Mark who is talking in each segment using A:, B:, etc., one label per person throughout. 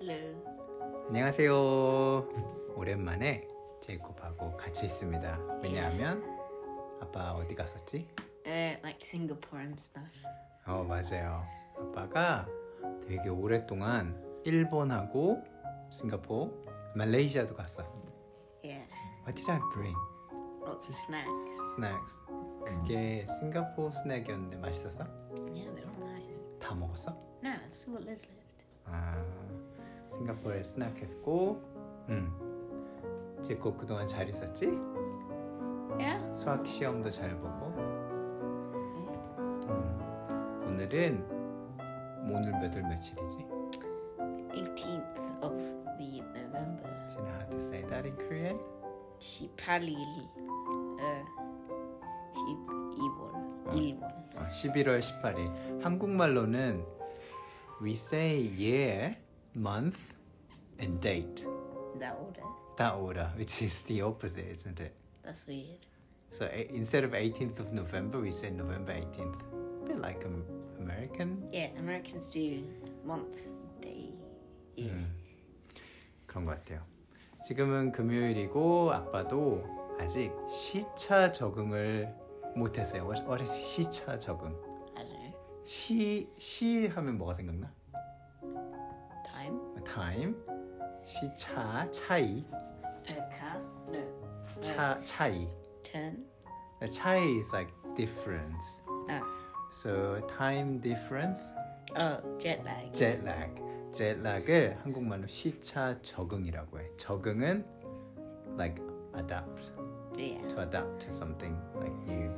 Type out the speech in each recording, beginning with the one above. A: 르.
B: 안녕하세요. 오랜만에 제이콥하고 같이 있습니다. 왜냐하면 아빠 어디 갔었지?
A: Uh, like Singapore and stuff.
B: 어 맞아요. 아빠가 되게 오랫동안 일본하고 싱가포르, 말레이시아도 갔어.
A: Yeah.
B: What did I bring?
A: Lots of snacks.
B: Snacks. 그게 싱가포르 스낵이었는데 맛있었어?
A: Yeah, they're all nice.
B: 다 먹었어?
A: No, I saw what Liz left.
B: 아 싱가포르에 스낵했고, 음 제이콥 그동안 잘 있었지?
A: Yeah.
B: 수학 시험도 잘 보고 음, 오늘은 오늘 몇월 며칠이지?
A: 18th of the November.
B: Do you know how to say that in Korean?
A: She pali. Uh, she Iwon. Iwon.
B: 어, 11월 18일 한국말로는 We say year, month, and date
A: That order.
B: that order, which is the opposite, isn't it?
A: That's weird.
B: So a- instead of 18th of November, we say November 18th. A bit like Am- American
A: Yeah, Americans do month, day, year.
B: 그런 것 같아요. 지금은 금요일이고 아빠도 아직 시차 적응을 못했어요. What, what is 시차 적응?
A: I don't know.
B: 시, 시 하면 뭐가 생각나?
A: Time.
B: time, 시차, 차이,
A: A Uh, car. No.
B: 차, 차이.
A: Turn.
B: 차이 is like difference.
A: Ah.
B: So time difference,
A: Oh, jet lag.
B: jet lag. jet lag을 한국말로 시차 적응이라고 해. 적응은 like adapt.
A: Yeah.
B: to adapt to something like new.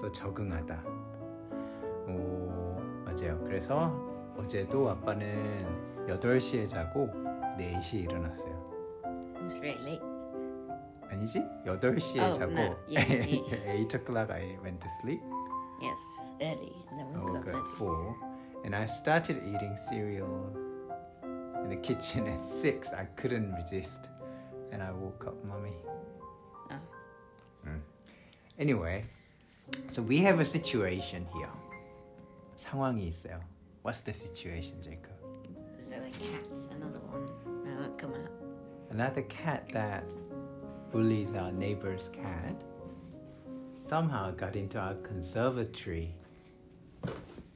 B: So 적응하다. 오, 맞아요. 그래서 어제도 아빠는 8시에 자고 4시에 일어났어요.
A: It's very late.
B: 아니지? 8시에
A: Oh,
B: 자고
A: no. Yeah, yeah,
B: 8 o'clock I went to sleep.
A: Yes, early. And then we
B: woke
A: got
B: up at
A: ready.
B: 4 Oh, and I started eating cereal in the kitchen at 6. I couldn't resist and I woke up mommy.
A: Ah.
B: Anyway, so we have a situation here. 상황이 있어요. What's the situation, Jacob?
A: So the cat's another one. No, it won't come out.
B: Another cat that bullies our neighbor's cat somehow got into our conservatory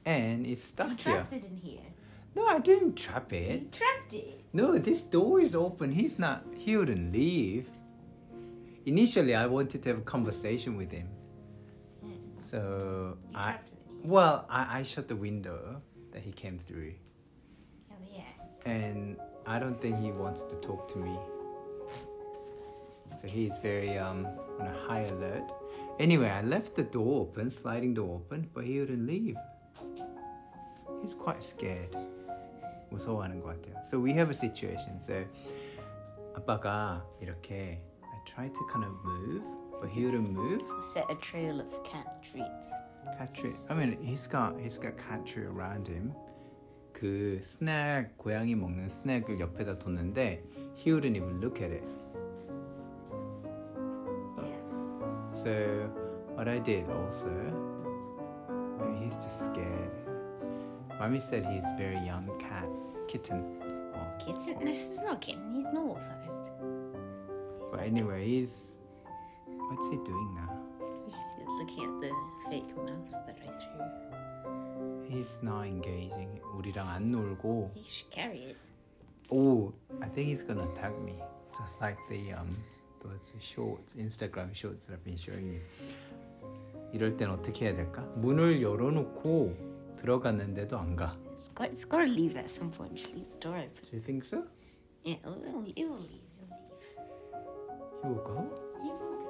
B: and it's
A: You
B: stuck here.
A: trapped it in here.
B: No, I didn't trap it.
A: You trapped it.
B: No, this door is open. He's not. He wouldn't leave. Initially, I wanted to have a conversation with him. So
A: You
B: I,
A: trapped it.
B: well, I, I shut the window that he came through,
A: Oh, yeah.
B: and I don't think he wants to talk to me. So he's very um on a high alert. Anyway, I left the door open, sliding door open, but he wouldn't leave. He's quite scared. 무서워하는 것 같아요. So we have a situation. So 아빠가 이렇게 I tried to kind of move, but he wouldn't move.
A: Set a trail of cat treats.
B: 카츄. I mean, he's got he's got 카츄 around him. 그 스낵 고양이 먹는 스낵을 옆에다 뒀는데 he wouldn't even look at it.
A: Yeah.
B: So what I did also, uh, he's just scared. Mommy said he's very young cat kitten. Oh,
A: Kitten? No, it's not a kitten. He's normal sized.
B: But anyway, he's what's he doing now?
A: He's looking at the fake mouse that I threw.
B: He's not engaging. 우리랑 안 놀고.
A: You should carry it.
B: Oh, I think he's gonna attack me, just like the um those shorts, Instagram shorts that I've been showing you. 이럴 땐 어떻게 해야 될까? 문을 열어놓고 들어갔는데도 안 가.
A: It's got, it's got to leave at some point. Just leave the door open.
B: Do you think so?
A: Yeah, it will, it will leave. It will leave.
B: He will go?
A: He will.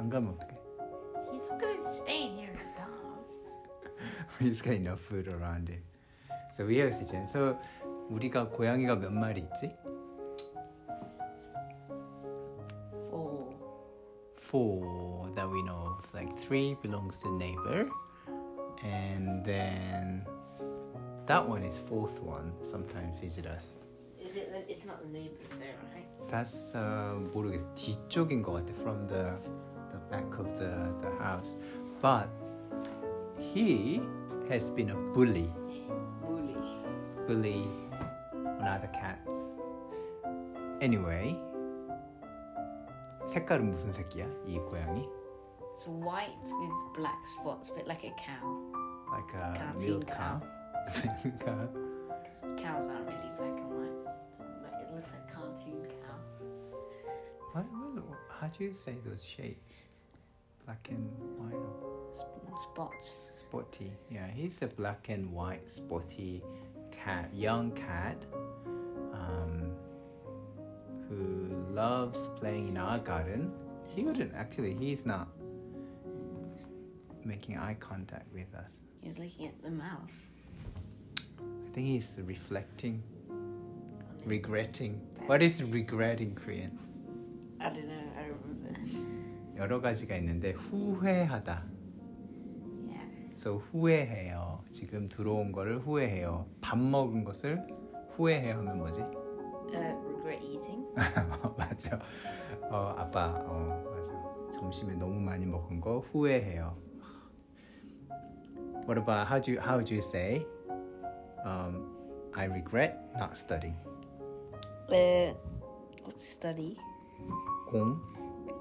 B: 안 가면 어떡해?
A: He's not going to stay in here and starve.
B: He's got enough food around him. So we have a situation. So 우리가 고양이가 몇 마리 있지?
A: Four.
B: four that we know of. Like three belongs to neighbor, and then that one is fourth one. Sometimes visit us.
A: Is it that it's not the neighbours there, right?
B: That's uh, 모르겠어. 뒤쪽인 것 같아. From the the back of the the house, but he has been a bully,
A: It's bully.
B: bully on other cats. Anyway, 색깔은 무슨 색이야? 이 고양이?
A: It's white with black spots, a bit like a cow.
B: Like uh, a
A: Cartoon
B: milk cow. cow.
A: 'Cause Cows aren't really black and white. It's like- It looks like cartoon cow.
B: What, what, how do you say those shape? Black and white or
A: Sp- spots.
B: spotty? Yeah, he's a black and white spotty cat, young cat, um, who loves playing in our garden. He wouldn't actually. He's not making eye contact with us.
A: He's looking at the mouse.
B: I think he's reflecting,
A: on his-
B: regretting. What is regret in Korean?
A: I don't know. I don't remember.
B: 여러 가지가 있는데 후회하다.
A: yeah.
B: 그래서 후회해요. 지금 들어온 거를 후회해요. 밥 먹은 것을 후회해요 하면 뭐지?
A: Uh, regret eating.
B: 맞아. 어, 아빠. 어, 맞아. 점심에 너무 많이 먹은 거 후회해요. What about how do you, how do you say? Um, I regret not studying.
A: Uh, what's study?
B: 공.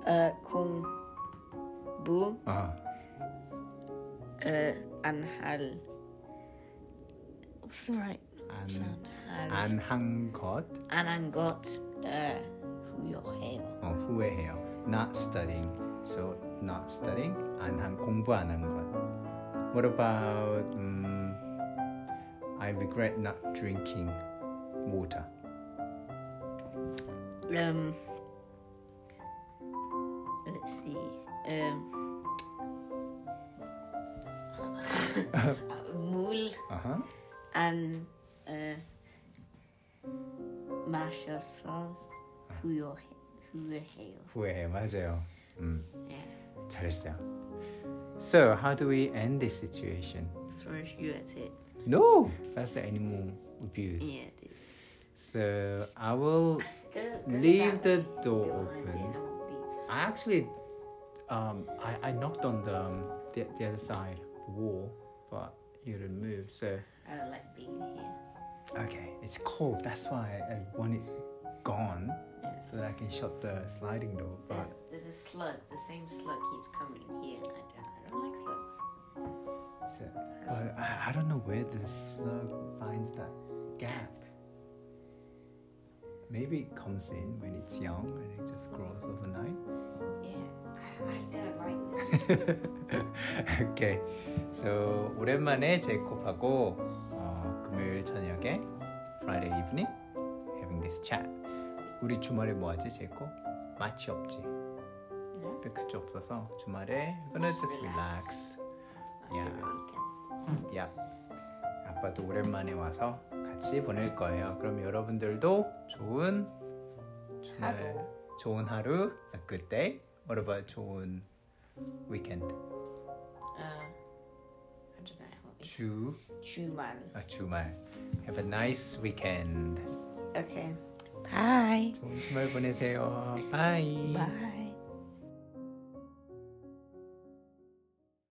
A: Uh, kung bu
B: 아,
A: uh, anhal. What's the right? Anhal.
B: 안, 안한 것
A: Anangot. Uh, 후요해요.
B: 어, 후회해요. Not studying. So not studying. 안한 공부 안 한 것. What about 음, I regret not drinking water.
A: Um. Let's see. Um. Mul.
B: 아하.
A: and uh, Masha song Who Your Who Your Hail.
B: 후회해 맞아요. 음,
A: Yeah.
B: 잘했어요. So how do we end this situation?
A: Throw you at it.
B: No, that's the animal abuse.
A: Yeah, it is.
B: So I will.
A: Go, go
B: Leave
A: that
B: the
A: way.
B: door
A: Go behind
B: open.
A: it, I'll leave.
B: I actually, um, I, I knocked on the, um, the the other side, the wall, but you didn't move. So.
A: I don't like being in here.
B: Okay, it's cold. That's why I want it gone so that I can shut the sliding door.
A: There's,
B: But
A: there's a slug. The same slug keeps coming in here, and I don't, I don't like slugs.
B: so, but I, I don't know where the slug finds that gap. Maybe it comes in when it's young and it just grows overnight.
A: Yeah, I, I don't like this.
B: okay, so 오랜만에 제이콥하고 어, 금요일 저녁에 Friday evening having this chat. 우리 주말에 뭐 하지 제이콥? 마치 없지.
A: No?
B: 백스트 없어서 주말에 gonna
A: Just
B: just
A: relax.
B: relax.
A: I
B: Yeah.
A: hate weekends.
B: 야, 아빠도 오랜만에 와서 같이 보낼 거예요. 그럼 여러분들도 좋은 주말, 좋은 하루, 아, a good day, what about 좋은 weekend?
A: Uh, I don't know.
B: 주,
A: True man.
B: 아, 주말. Have a nice weekend.
A: Okay. Bye.
B: 좋은 주말 보내세요. Bye.
A: Bye.